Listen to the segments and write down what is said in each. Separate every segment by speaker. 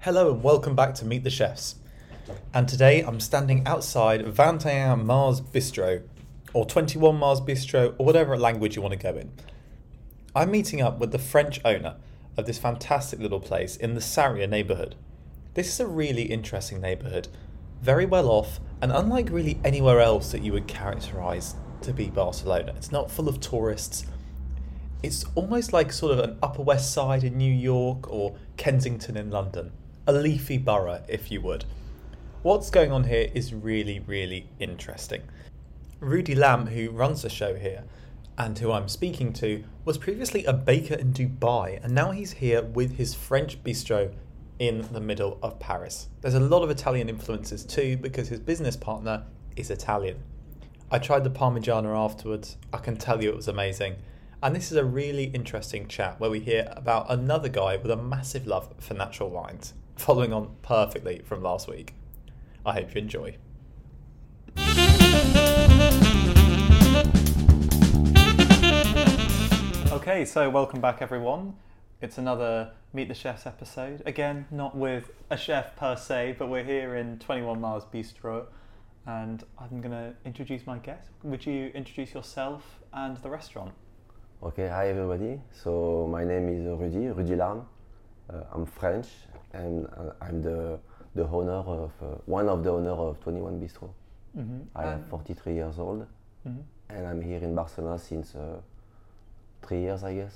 Speaker 1: Hello and welcome back to Meet the Chefs. And today I'm standing outside 21 Mars Bistro, or 21 Mars Bistro, or whatever language you want to go in. I'm meeting up with the French owner of this fantastic little place in the Sarria neighbourhood. This is a really interesting neighbourhood, very well off, and unlike really anywhere else that you would characterise to be Barcelona. It's not full of tourists, it's almost like sort of an Upper West Side in New York or Kensington in London. A leafy borough, if you would. What's going on here is really, really interesting. Rudy Lamb, who runs the show here and who I'm speaking to, was previously a baker in Dubai and now he's here with his French bistro in the middle of Paris. There's a lot of Italian influences too because his business partner is Italian. I tried the Parmigiana afterwards. I can tell you it was amazing. And this is a really interesting chat where we hear about another guy with a massive love for natural wines, following on perfectly from last week. I hope you enjoy. Okay, so welcome back, everyone. It's another Meet the Chefs episode. Again, not with a chef per se, but we're here in 21 Miles Bistro. And I'm going to introduce my guest. Would you introduce yourself and the restaurant?
Speaker 2: Okay, hi everybody. So my name is Rudy, Rudy Lam. Uh, I'm French and uh, I'm the, the owner of, uh, one of the owner of 21 Bistro. Mm-hmm. I
Speaker 1: Um,
Speaker 2: am
Speaker 1: Ah.
Speaker 2: 43 years old
Speaker 1: mm-hmm.
Speaker 2: and I'm here in Barcelona since uh, three years, I guess.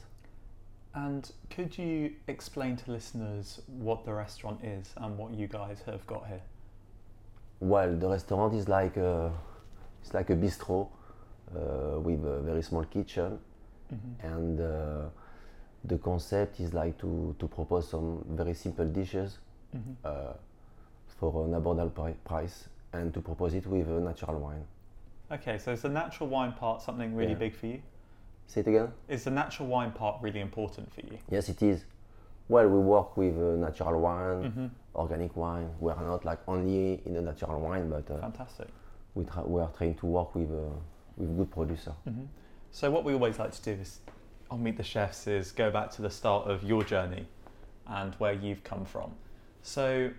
Speaker 1: And could you explain to listeners what the restaurant is and what you guys have got here?
Speaker 2: Well, the restaurant is like a, it's like a bistro uh, with a very small kitchen, and uh, the concept is like to, to propose some very simple dishes uh, for an affordable pri- price and to propose it with a natural wine.
Speaker 1: Uh, Okay, so is the natural wine part something really
Speaker 2: Yeah.
Speaker 1: big for you?
Speaker 2: Say it again.
Speaker 1: Is the natural wine part really important for you?
Speaker 2: Yes, it is. Well, we work with uh, natural wine,
Speaker 1: Mm-hmm. Hmm.
Speaker 2: organic wine. We are not like only in the natural wine, but uh,
Speaker 1: Fantastic.
Speaker 2: we, try we are trying to work with uh, with good producer.
Speaker 1: So what we always like to do is on Meet the Chefs is go back to the start of your journey and where you've come from. So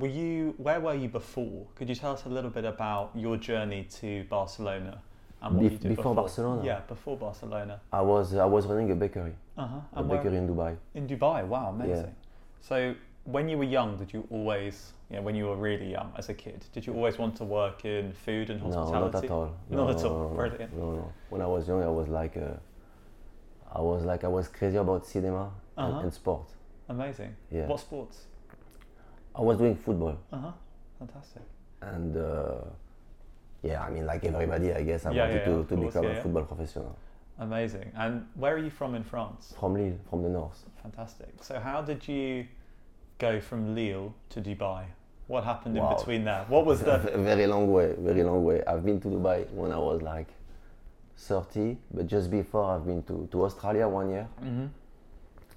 Speaker 1: were you where were you before? Could you tell us a little bit about your journey to Barcelona and what
Speaker 2: Bef-
Speaker 1: you did
Speaker 2: before Barcelona?
Speaker 1: Yeah, before Barcelona.
Speaker 2: I was I was running a bakery,
Speaker 1: Uh-huh.
Speaker 2: a
Speaker 1: And where-
Speaker 2: bakery in Dubai.
Speaker 1: in Dubai. Wow, amazing. So when you were young, did you always, you know, when you were really young as a kid, did you always want to work in food and
Speaker 2: No,
Speaker 1: hospitality?
Speaker 2: not at all.
Speaker 1: Not
Speaker 2: No,
Speaker 1: at
Speaker 2: no,
Speaker 1: all.
Speaker 2: no,
Speaker 1: Brilliant.
Speaker 2: No, no. When I was young, I was like uh, I was like I was crazy about cinema and,
Speaker 1: Uh-huh.
Speaker 2: and sport.
Speaker 1: Amazing.
Speaker 2: Yeah.
Speaker 1: What sports?
Speaker 2: I was doing football.
Speaker 1: Uh huh. Fantastic.
Speaker 2: and uh, yeah, I mean, like everybody, I guess, I
Speaker 1: Yeah,
Speaker 2: wanted
Speaker 1: yeah,
Speaker 2: to,
Speaker 1: of
Speaker 2: to
Speaker 1: course,
Speaker 2: become
Speaker 1: yeah,
Speaker 2: a
Speaker 1: yeah.
Speaker 2: football professional
Speaker 1: Amazing. And where are you from in France?
Speaker 2: from Lille, from the north.
Speaker 1: Fantastic. So how did you go from Lille to Dubai? What happened
Speaker 2: Wow.
Speaker 1: in between there? What was the
Speaker 2: A very long way, very long way. I've been to Dubai when I was like 30, but just before I've been to, to Australia one year,
Speaker 1: Mm-hmm.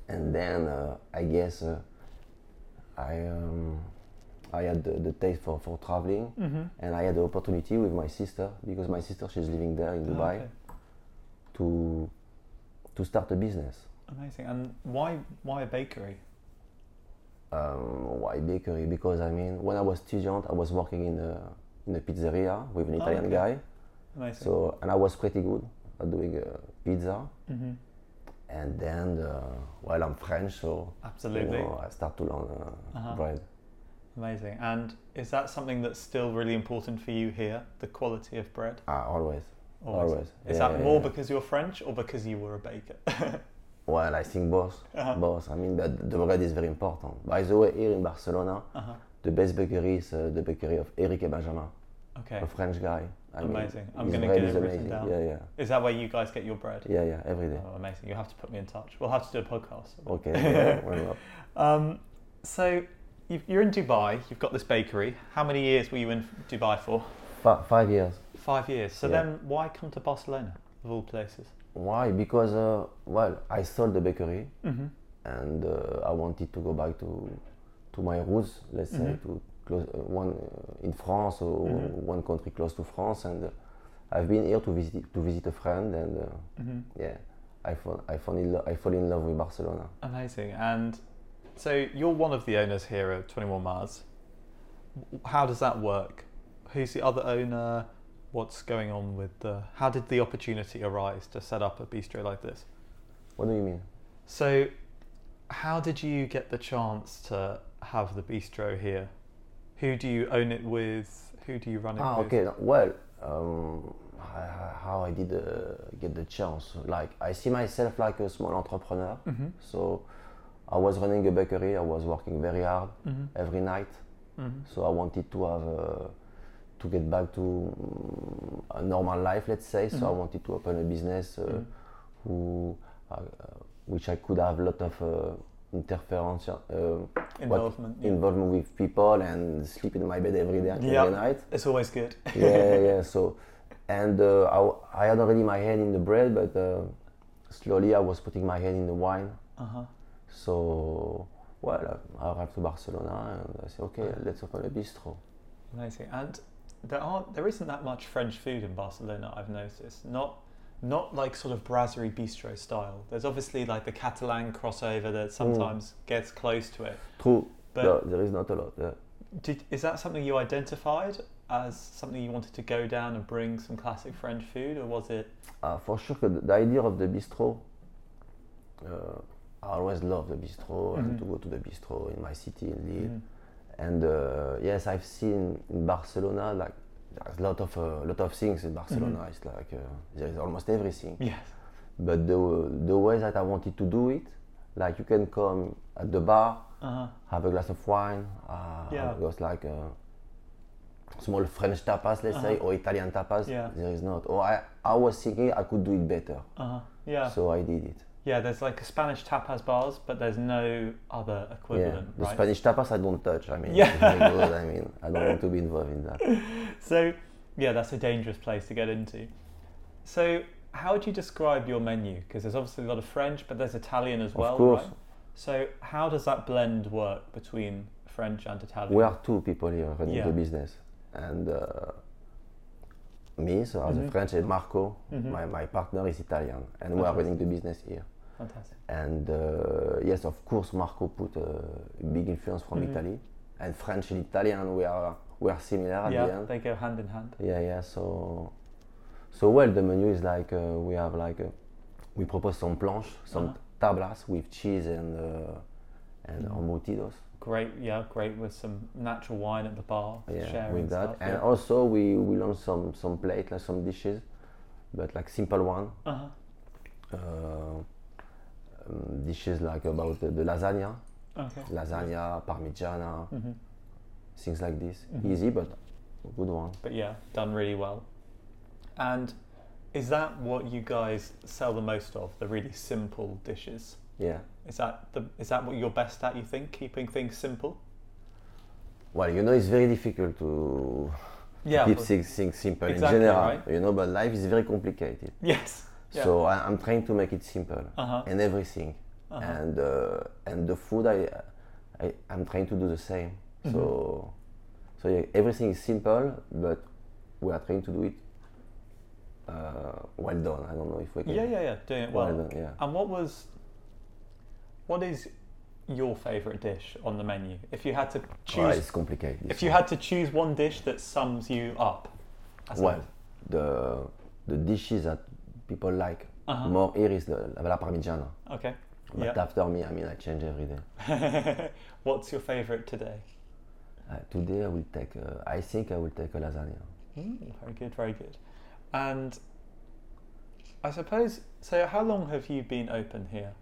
Speaker 2: and then uh, I guess uh, I um, I had the, the taste for, for traveling,
Speaker 1: Mm-hmm.
Speaker 2: and I had the opportunity with my sister because my sister she's living there in Dubai
Speaker 1: Ah, Okay.
Speaker 2: to to start a business.
Speaker 1: Amazing. And why why a bakery?
Speaker 2: um, why bakery? Because I mean, when I was student, I was working in a in a pizzeria with an Italian
Speaker 1: Ah, okay.
Speaker 2: guy.
Speaker 1: Amazing.
Speaker 2: So and I was pretty good at doing uh, pizza.
Speaker 1: Mm-hmm.
Speaker 2: And then, uh, well, I'm French, so you
Speaker 1: Absolutely. Uh-huh.
Speaker 2: know, I start to learn uh, bread.
Speaker 1: Amazing. And is that something that's still really important for you here? The quality of bread?
Speaker 2: Ah, always, always.
Speaker 1: Is
Speaker 2: Yeah,
Speaker 1: that
Speaker 2: yeah,
Speaker 1: more
Speaker 2: yeah.
Speaker 1: because you're French or because you were a baker? Uh-huh.
Speaker 2: Well, I think both,
Speaker 1: Ah.
Speaker 2: both. I mean, but the bread is very important. By the way, here in Barcelona,
Speaker 1: Uh-huh.
Speaker 2: the best bakery is uh, the bakery of Eric et Benjamin,
Speaker 1: okay.
Speaker 2: a French guy. I mean,
Speaker 1: Amazing. I'm
Speaker 2: his
Speaker 1: gonna
Speaker 2: bread
Speaker 1: get
Speaker 2: is
Speaker 1: it written
Speaker 2: amazing.
Speaker 1: down.
Speaker 2: Yeah, yeah,
Speaker 1: Is that where you guys get your bread?
Speaker 2: yeah, yeah. Every day.
Speaker 1: Oh, amazing. You'll have to put me in touch. We'll have to do a podcast.
Speaker 2: Okay, yeah, why not?
Speaker 1: Um, so you've, you're in Dubai, you've got this bakery. How many years were you in Dubai for?
Speaker 2: Fi- five years.
Speaker 1: Five years. So
Speaker 2: Yeah.
Speaker 1: then why come to Barcelona, of all places?
Speaker 2: Why? Because uh, well, I sold the bakery, and uh, I wanted to go back to to my roots. Let's say to close uh, one uh, in France or one country close to France, and uh, I've been here to visit to visit a friend, and uh, yeah, I fall I fall in lo- I fall in love with Barcelona.
Speaker 1: Amazing. And So you're one of the owners here at 21 Mars. How does that work? Who's the other owner? What's going on with the? How did the opportunity arise to set up a bistro like this?
Speaker 2: What do you mean?
Speaker 1: So, how did you get the chance to have the bistro here? Who do you own it with? Who do you run it
Speaker 2: Ah,
Speaker 1: with?
Speaker 2: okay. no, Well, um, I- how I did uh, get the chance? Like, I see myself like a small entrepreneur. So, I was running a bakery. I was working very hard every night. So I wanted to have uh, to get back to mm, a normal life, let's say. So I wanted to open a business uh, who, uh, which I could have a lot of uh, interference, uh, what-
Speaker 1: Involvement, yeah.
Speaker 2: involvement with people, and sleep in my bed every day,
Speaker 1: Yeah.
Speaker 2: every night
Speaker 1: It's always good.
Speaker 2: yeah, yeah. So, and uh, I, w- I had already my hand in the bread, but uh, slowly I was putting my hand in the wine.
Speaker 1: Uh-huh.
Speaker 2: So, well, I arrived to Barcelona and I said, okay, let's open a bistro.
Speaker 1: Amazing. And there aren't there isn't that much French food in Barcelona. I've noticed. Not not like sort of brasserie bistro style. There's obviously like the Catalan crossover
Speaker 2: Mm.
Speaker 1: that sometimes gets close to it.
Speaker 2: True,
Speaker 1: But-
Speaker 2: no, there is not a lot. Yeah.
Speaker 1: Did, is that something you identified as something you wanted to go down and bring some classic French food, or was it?
Speaker 2: Uh, for sure, the, the idea of the bistro, uh, I always love the bistro and to go to the bistro in my city in Lille.
Speaker 1: Mm-hmm.
Speaker 2: And uh, yes, I've seen in Barcelona like there's a lot of uh, lot of things in Barcelona. It's like uh, there is almost everything.
Speaker 1: Yes.
Speaker 2: But the the way that I wanted to do it, like you can come at the bar,
Speaker 1: Uh-huh.
Speaker 2: have a glass of wine. Uh,
Speaker 1: Yeah.
Speaker 2: It was like a small French tapas, let's say, or Italian tapas.
Speaker 1: Uh-huh. Yeah.
Speaker 2: There is not. Or I, I was thinking I could do it better.
Speaker 1: Uh-huh. Yeah.
Speaker 2: So I did it.
Speaker 1: yeah. There's like a Spanish tapas bars, but there's no other
Speaker 2: Yeah.
Speaker 1: equivalent,
Speaker 2: The
Speaker 1: right?
Speaker 2: Spanish tapas I don't touch. I mean,
Speaker 1: Yeah.
Speaker 2: it's very good. I mean, I don't want to be involved in that.
Speaker 1: So, yeah, that's a dangerous place to get into. So, how would you describe your menu? Because there's obviously a lot of French, but there's Italian as well,
Speaker 2: course.
Speaker 1: right? So, how does that blend work between French and Italian?
Speaker 2: We are two people here running
Speaker 1: Yeah.
Speaker 2: the business, and uh, me, so
Speaker 1: Mm-hmm.
Speaker 2: as a French, and Marco, my, my partner is Italian, and we are running the business here.
Speaker 1: Fantastic.
Speaker 2: And uh, yes, of course, Marco put uh, a big influence from
Speaker 1: Mm-hmm.
Speaker 2: Italy, and French and Italian, we are we are similar at the
Speaker 1: Yeah,
Speaker 2: end.
Speaker 1: they go hand in hand.
Speaker 2: Yeah, yeah. So, so well, the menu is like uh, we have like uh, we propose some planches, some
Speaker 1: Uh-huh.
Speaker 2: tablas with cheese and uh, and
Speaker 1: Mm-hmm.
Speaker 2: embutidos.
Speaker 1: Great, yeah, great with some natural wine at the bar,
Speaker 2: Yeah,
Speaker 1: sharing
Speaker 2: with that.
Speaker 1: stuff.
Speaker 2: and also we we launch some some plate like some dishes, but like simple one.
Speaker 1: Uh-huh.
Speaker 2: Uh, um, dishes like about the, the lasagna,
Speaker 1: Okay. Mm-hmm.
Speaker 2: lasagna, parmigiana, things like this. Easy but a good one.
Speaker 1: But yeah, done really well. And is that what you guys sell the most of? The really simple dishes?
Speaker 2: Yeah.
Speaker 1: Is that the is that what you're best at? You think keeping things simple?
Speaker 2: Well, you know, it's very difficult to
Speaker 1: Yeah.
Speaker 2: keep
Speaker 1: but-
Speaker 2: things, things simple
Speaker 1: Exactly,
Speaker 2: in general.
Speaker 1: right?
Speaker 2: You know, but life is very complicated.
Speaker 1: yes. Yeah.
Speaker 2: So I, I'm trying to make it simple
Speaker 1: Uh-huh.
Speaker 2: and everything, and uh, and the food I, I I'm trying to do the same.
Speaker 1: Mm-hmm.
Speaker 2: So so yeah, everything is simple, but we are trying to do it uh, well done. I don't know if we can.
Speaker 1: yeah, yeah, yeah. Doing it well.
Speaker 2: Well done, yeah.
Speaker 1: And what was what is your favourite dish on the menu? If you had to
Speaker 2: Ah,
Speaker 1: choose
Speaker 2: it's complicated. this
Speaker 1: if you
Speaker 2: one.
Speaker 1: had to choose one dish that sums you up. I
Speaker 2: well,
Speaker 1: suppose.
Speaker 2: the the dishes that people like more here is the la parmigiana.
Speaker 1: uh-huh, Okay.
Speaker 2: But after me, I mean, I change every day.
Speaker 1: Yeah. What's your favourite today?
Speaker 2: Uh, today I will take. Uh, I think I will take a lasagna.
Speaker 1: Mm, very good, very good. And I suppose so. How long have you been open here?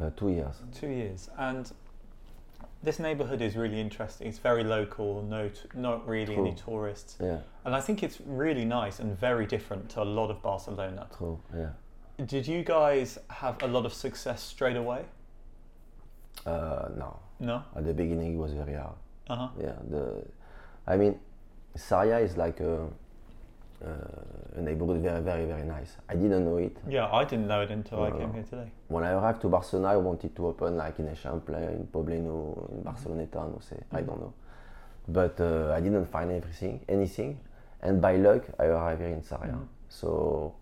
Speaker 2: Uh, two years.
Speaker 1: Two years, and this neighbourhood is really interesting. It's very local, no, t- not really any
Speaker 2: True.
Speaker 1: tourists,
Speaker 2: Yeah.
Speaker 1: and I think it's really nice and very different to a lot of Barcelona.
Speaker 2: True. Yeah.
Speaker 1: Did you guys have a lot of success straight away?
Speaker 2: Uh, no.
Speaker 1: No.
Speaker 2: At the beginning, it was very hard.
Speaker 1: Uh huh.
Speaker 2: Yeah. The, I mean, Saria is like a, uh, a neighborhood very, very, very nice. I didn't know it.
Speaker 1: Yeah, I didn't know it until I came here today.
Speaker 2: When I arrived to Barcelona, I wanted to open like in Eixample, in Pobleno, in Barceloneta, no sé, I don't know. But uh, I didn't find everything, anything. And by luck, I arrived here in Saria. So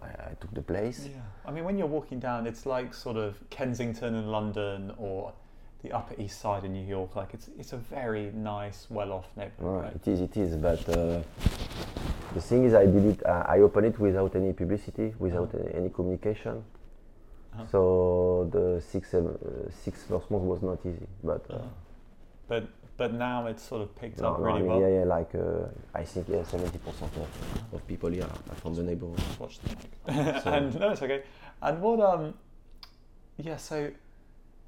Speaker 2: I, I took the place.
Speaker 1: Yeah. I mean, when you're walking down, it's like sort of Kensington in London or the Upper East Side in New York. Like it's it's a very nice, well-off neighborhood.
Speaker 2: Well,
Speaker 1: Right?
Speaker 2: it is, it is, but uh, the thing is, I did it, uh, I opened it without any publicity, without a- any communication.
Speaker 1: Uh-huh.
Speaker 2: So the six, seven, uh, six first month was not easy, but
Speaker 1: Uh-huh.
Speaker 2: uh,
Speaker 1: But but now it's sort of picked
Speaker 2: no,
Speaker 1: up
Speaker 2: no, I
Speaker 1: really
Speaker 2: mean,
Speaker 1: well.
Speaker 2: yeah, yeah, like uh, I think yeah, 70% of, of people here are from the neighborhood.
Speaker 1: Watch the mic. and no, it's okay. And what um, yeah. So,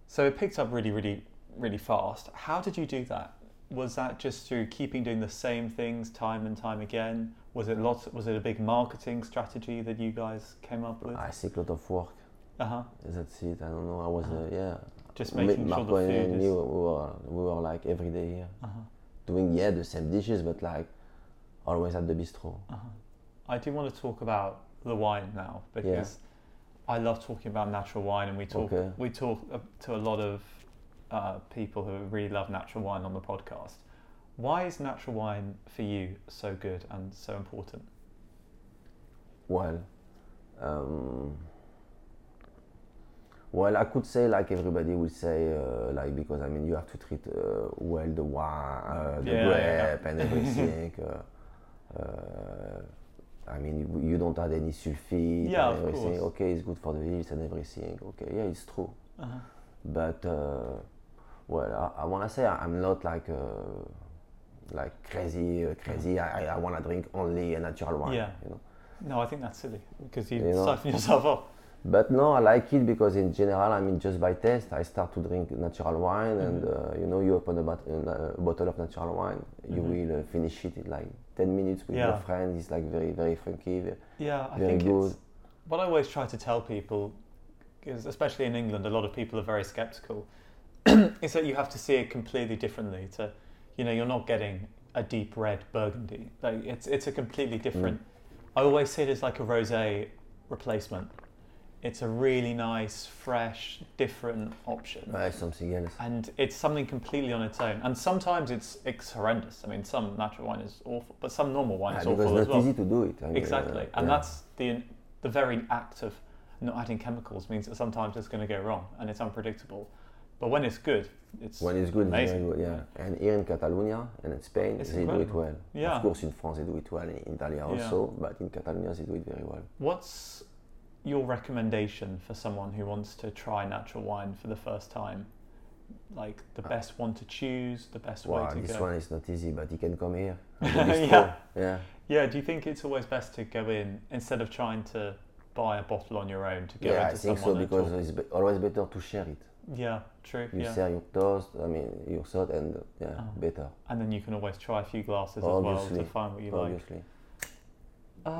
Speaker 1: so it picked up really, really, really fast. How did you do that? Was that just through keeping doing the same things time and time again? Was it lots? Was it a big marketing strategy that you guys came up with?
Speaker 2: I think a lot of work.
Speaker 1: Uh huh.
Speaker 2: That's it. I don't know. I was uh, yeah.
Speaker 1: Just
Speaker 2: Ma-
Speaker 1: Ah. making sure the
Speaker 2: Marco and
Speaker 1: food
Speaker 2: me,
Speaker 1: is-
Speaker 2: we were we were like every day here,
Speaker 1: Uh huh.
Speaker 2: doing yeah the same dishes, but like always at the bistro.
Speaker 1: uh-huh. I do want to talk about the wine now because I love talking about natural wine, and we talk
Speaker 2: Okay.
Speaker 1: we talk uh, to a lot of uh, people who really love natural wine on the podcast. Why is natural wine for you so good and so important?
Speaker 2: Well, um, well, I could say like everybody will say uh, like because I mean you have to treat uh, well the wine, uh, the
Speaker 1: Yeah, yeah.
Speaker 2: grape and everything. uh, uh, I mean you- you don't add any sulfate
Speaker 1: Yeah, of
Speaker 2: and everything.
Speaker 1: course.
Speaker 2: Okay, it's good for the heels and everything. Okay, yeah, it's true.
Speaker 1: Uh-huh.
Speaker 2: But uh, well, I, I wanna say I- I'm not like. Uh, like crazy, uh, crazy. I, I- I wanna drink only a natural wine.
Speaker 1: Yeah.
Speaker 2: You know?
Speaker 1: No, I think that's silly because you
Speaker 2: You know-
Speaker 1: siphon yourself off.
Speaker 2: But no, I like it because in general, I mean, just by taste, I start to drink natural wine,
Speaker 1: Mm-hmm.
Speaker 2: and uh, you know, you open a, bat- a bottle of natural wine, you will uh, finish it in like ten minutes with
Speaker 1: Mm-hmm. Yeah.
Speaker 2: your friend. It's like very, very funky. ve-
Speaker 1: Yeah, I
Speaker 2: Very
Speaker 1: think
Speaker 2: good.
Speaker 1: it's what I always try to tell people, is especially in England, a lot of people are very skeptical. is that you have to see it completely differently. To, you know, you're not getting a deep red Burgundy. Like it's it's a completely
Speaker 2: Mm.
Speaker 1: different. I always see it as like a rosé replacement. It's a really nice, fresh, different option
Speaker 2: Uh, something else.
Speaker 1: and it's something completely on its own. And sometimes it's, it's horrendous. I mean, some natural wine is awful, but some normal wine
Speaker 2: Ah,
Speaker 1: is
Speaker 2: because
Speaker 1: awful as
Speaker 2: it's not
Speaker 1: well.
Speaker 2: easy to do it. I mean,
Speaker 1: exactly,
Speaker 2: uh,
Speaker 1: and
Speaker 2: yeah.
Speaker 1: that's the the very act of not adding chemicals means that sometimes it's going to go wrong and it's unpredictable. But when it's good, it's
Speaker 2: when it's good, it's
Speaker 1: amazing.
Speaker 2: very good. Yeah. And here in Catalonia and in Spain,
Speaker 1: It's
Speaker 2: they do it
Speaker 1: incredible.
Speaker 2: well.
Speaker 1: Yeah.
Speaker 2: Of course, in France they do it well, in Italy also, but in Catalonia they do it very well.
Speaker 1: What's your recommendation for someone who wants to try natural wine for the first time? Like the best one to choose, the best
Speaker 2: Wow,
Speaker 1: way to
Speaker 2: Uh, this
Speaker 1: go.
Speaker 2: one is not easy, but he can come here.
Speaker 1: yeah.
Speaker 2: yeah.
Speaker 1: Yeah, do you think it's always best to go in instead of trying to buy a bottle on your own to go
Speaker 2: Yeah, I
Speaker 1: into
Speaker 2: think so
Speaker 1: someone and
Speaker 2: because
Speaker 1: talk?
Speaker 2: it's be- always better to share it.
Speaker 1: Yeah, true.
Speaker 2: You
Speaker 1: yeah.
Speaker 2: share your toast, I mean your salt, and uh, yeah,
Speaker 1: Oh.
Speaker 2: better.
Speaker 1: And then you can always try a few glasses as well
Speaker 2: Obviously.
Speaker 1: to find what you
Speaker 2: obviously.
Speaker 1: like.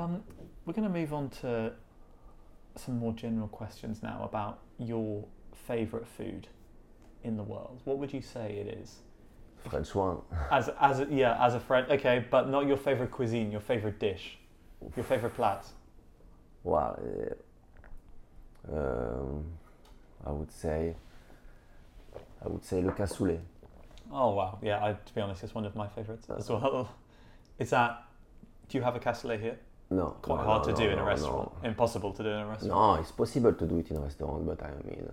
Speaker 1: Um, we're going to move on to some more general questions now about your favourite food in the world. What would you say it is?
Speaker 2: French one.
Speaker 1: As as a, yeah, as a friend. Okay, but not your favourite cuisine, your favourite dish, your favourite plat.
Speaker 2: Well, uh, eh, um, I would say, I would say le cassoulet.
Speaker 1: Oh wow, yeah. I, to be honest, it's one of my favourites as well. Is that? Do you have a cassoulet here?
Speaker 2: No,
Speaker 1: Quite
Speaker 2: no,
Speaker 1: hard
Speaker 2: no,
Speaker 1: to do
Speaker 2: no,
Speaker 1: in a
Speaker 2: no,
Speaker 1: restaurant.
Speaker 2: No.
Speaker 1: Impossible to do in a restaurant.
Speaker 2: No, it's possible to do it in a restaurant, but I mean,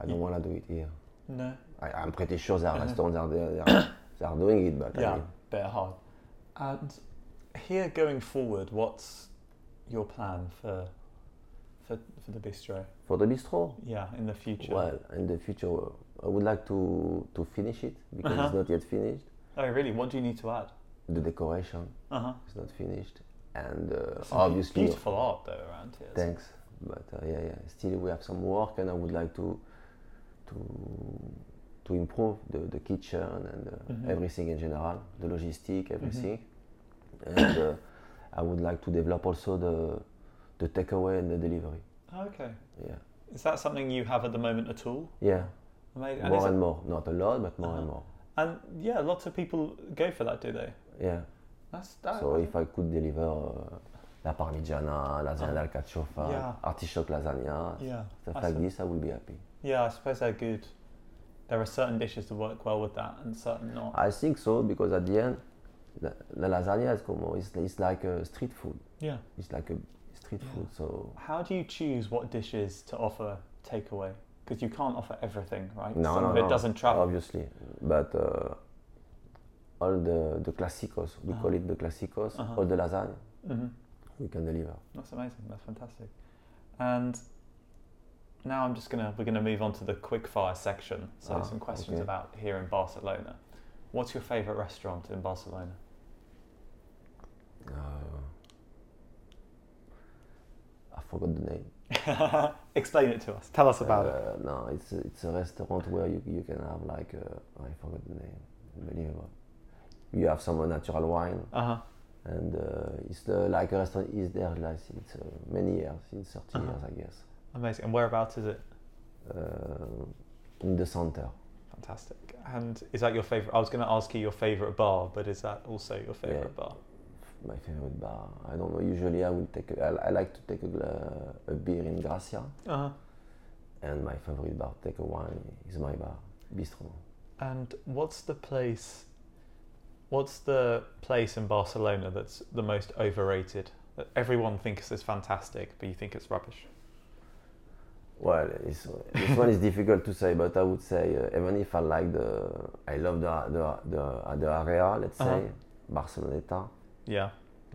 Speaker 2: I don't want to do it here.
Speaker 1: No.
Speaker 2: I, I'm pretty sure there are restaurants out there that are, that are doing it, but I
Speaker 1: Uh-huh. Yeah,
Speaker 2: mean,
Speaker 1: bit hard. And here going forward, what's your plan for for for the bistro?
Speaker 2: for the bistro,
Speaker 1: Yeah, in the future.
Speaker 2: Well, in the future, uh, I would like to, to finish it because it's not yet finished.
Speaker 1: Oh really? What do you need to add?
Speaker 2: The decoration
Speaker 1: Uh huh.
Speaker 2: is not finished, and uh, obviously,
Speaker 1: beautiful art though around here. isn't it?
Speaker 2: thanks. But uh, yeah, yeah, still we have some work, and I would like to to to improve the, the kitchen and uh, everything in general, the logistic, everything. And uh, I would like to develop also the the takeaway and the delivery.
Speaker 1: Okay.
Speaker 2: Yeah,
Speaker 1: Is that something you have at the moment at all?
Speaker 2: yeah,
Speaker 1: Amazing. And, is
Speaker 2: more
Speaker 1: it-
Speaker 2: and more, not a lot, but more and more.
Speaker 1: and yeah, lots of people go for that, do they?
Speaker 2: Yeah.
Speaker 1: That's that.
Speaker 2: So if I could deliver uh, la parmigiana, lasagna al cacciofa,
Speaker 1: Ah. Yeah.
Speaker 2: artichoke lasagna,
Speaker 1: yeah. Ah,
Speaker 2: stuff
Speaker 1: I
Speaker 2: like
Speaker 1: sup-
Speaker 2: this, I will be happy.
Speaker 1: Yeah, I suppose they're good. There are certain dishes that work well with that, and certain not.
Speaker 2: I think so because at the end, la, la lasagna is como it's, it's like a street food.
Speaker 1: Yeah.
Speaker 2: It's like a street food. So
Speaker 1: How do you choose what dishes to offer takeaway? because you can't offer everything, right?
Speaker 2: No,
Speaker 1: Some
Speaker 2: no, Um,
Speaker 1: of it
Speaker 2: no,
Speaker 1: doesn't travel.
Speaker 2: Obviously, but uh, all the the clásicos, we call it the clásicos,
Speaker 1: Uh-huh.
Speaker 2: all the lasagne,
Speaker 1: hmm
Speaker 2: we can deliver.
Speaker 1: That's amazing. That's fantastic. And now I'm just gonna we're gonna move on to the quick fire section. So
Speaker 2: Ah,
Speaker 1: some questions
Speaker 2: okay.
Speaker 1: about here in Barcelona. What's your favorite restaurant in Barcelona?
Speaker 2: Uh, I forgot the name.
Speaker 1: Explain it to us. Tell us about it.
Speaker 2: Uh, No, it's a, it's a restaurant where you, you can have like uh, I forgot the name. Unbelievable. You have some uh, natural wine,
Speaker 1: Uh huh.
Speaker 2: and uh, it's uh, like a restaurant is there like it's uh, many years, since 30
Speaker 1: Uh-huh.
Speaker 2: years I guess,
Speaker 1: Amazing. And whereabouts is it?
Speaker 2: uh, in the center.
Speaker 1: Fantastic. And is that your favorite? I was going to ask you your favorite bar, but is that also your favorite bar?
Speaker 2: My favorite bar. I don't know. Usually I will take. A, I, I like to take a, gla- a beer in Gracia,
Speaker 1: Uh huh.
Speaker 2: and my favorite bar take a wine is my bar Bistro.
Speaker 1: And what's the place? What's the place in Barcelona that's the most overrated? That everyone thinks is fantastic, but you think it's rubbish.
Speaker 2: Well, it's, this one is difficult to say, but I would say uh, even if I like the, I love the the the, uh, the area, let's
Speaker 1: Uh-huh.
Speaker 2: say Barceloneta,
Speaker 1: Yeah,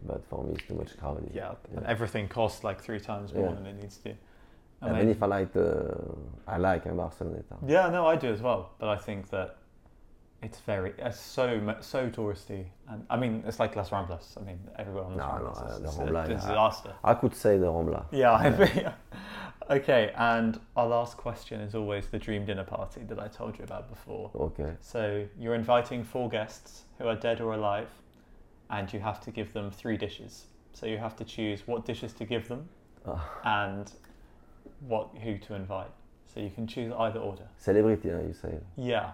Speaker 2: but for me it's too much crowded.
Speaker 1: yeah. And everything costs like three times more
Speaker 2: Yeah.
Speaker 1: than it needs to.
Speaker 2: Even
Speaker 1: maybe-
Speaker 2: if I like the, I like uh, Barceloneta.
Speaker 1: yeah, no, I do as well. But I think that it's very it's so mu- so touristy, and I mean it's like Las Ramblas. I mean everyone. on Las
Speaker 2: No, no,
Speaker 1: Ramblas
Speaker 2: uh,
Speaker 1: is-
Speaker 2: the
Speaker 1: is
Speaker 2: Rambla,
Speaker 1: a
Speaker 2: yeah.
Speaker 1: disaster.
Speaker 2: I could say the Rambla.
Speaker 1: Yeah, I agree. okay, and our last question is always the dream dinner party that I told you about before.
Speaker 2: Okay.
Speaker 1: So you're inviting four guests who are dead or alive, and you have to give them three dishes. So you have to choose what dishes to give them
Speaker 2: Ah.
Speaker 1: and what who to invite. So you can choose either order.
Speaker 2: Celebrity, huh, you say.
Speaker 1: Yeah,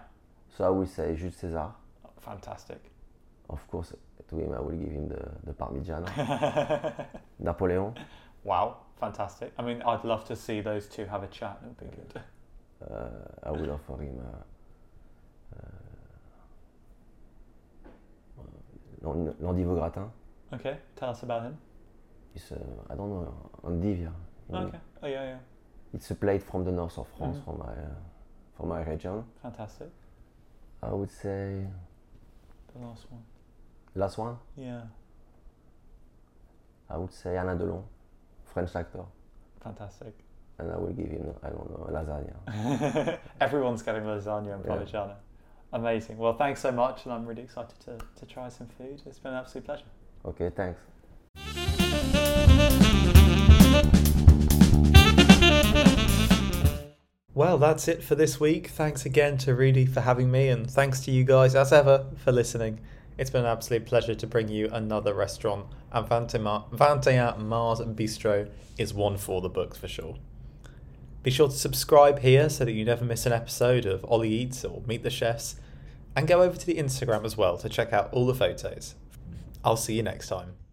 Speaker 2: So I will say Jules César.
Speaker 1: fantastic.
Speaker 2: Of course, to him I will give him the the Parmigiano. Napoleon.
Speaker 1: wow, fantastic. I mean, I'd love to see those two have a chat. It would be good.
Speaker 2: Uh, I will offer him. Uh, uh, L'en- l'endive au gratin.
Speaker 1: Okay, tell us about him.
Speaker 2: It's uh, I don't know endive. yeah. You know?
Speaker 1: Okay. Oh yeah, yeah.
Speaker 2: It's a plate from the north of France,
Speaker 1: Mhm.
Speaker 2: from my uh, from my region.
Speaker 1: Fantastic.
Speaker 2: I would say
Speaker 1: The last one.
Speaker 2: last one.
Speaker 1: Yeah,
Speaker 2: I would say Anna Delon, French actor,
Speaker 1: fantastic.
Speaker 2: and I will give him I don't know lasagna.
Speaker 1: Everyone's getting lasagna and
Speaker 2: Yeah.
Speaker 1: parmigiana. Amazing. Well, thanks so much, and I'm really excited to, to try some food. It's been an absolute pleasure.
Speaker 2: Okay, thanks.
Speaker 3: Well, that's it for this week. Thanks again to Rudy for having me, and thanks to you guys, as ever, for listening. It's been an absolute pleasure to bring you another restaurant, and 21 Mars Bistro is one for the books for sure. Be sure to subscribe here so that you never miss an episode of Ollie Eats or Meet the Chefs, and go over to the Instagram as well to check out all the photos. I'll see you next time.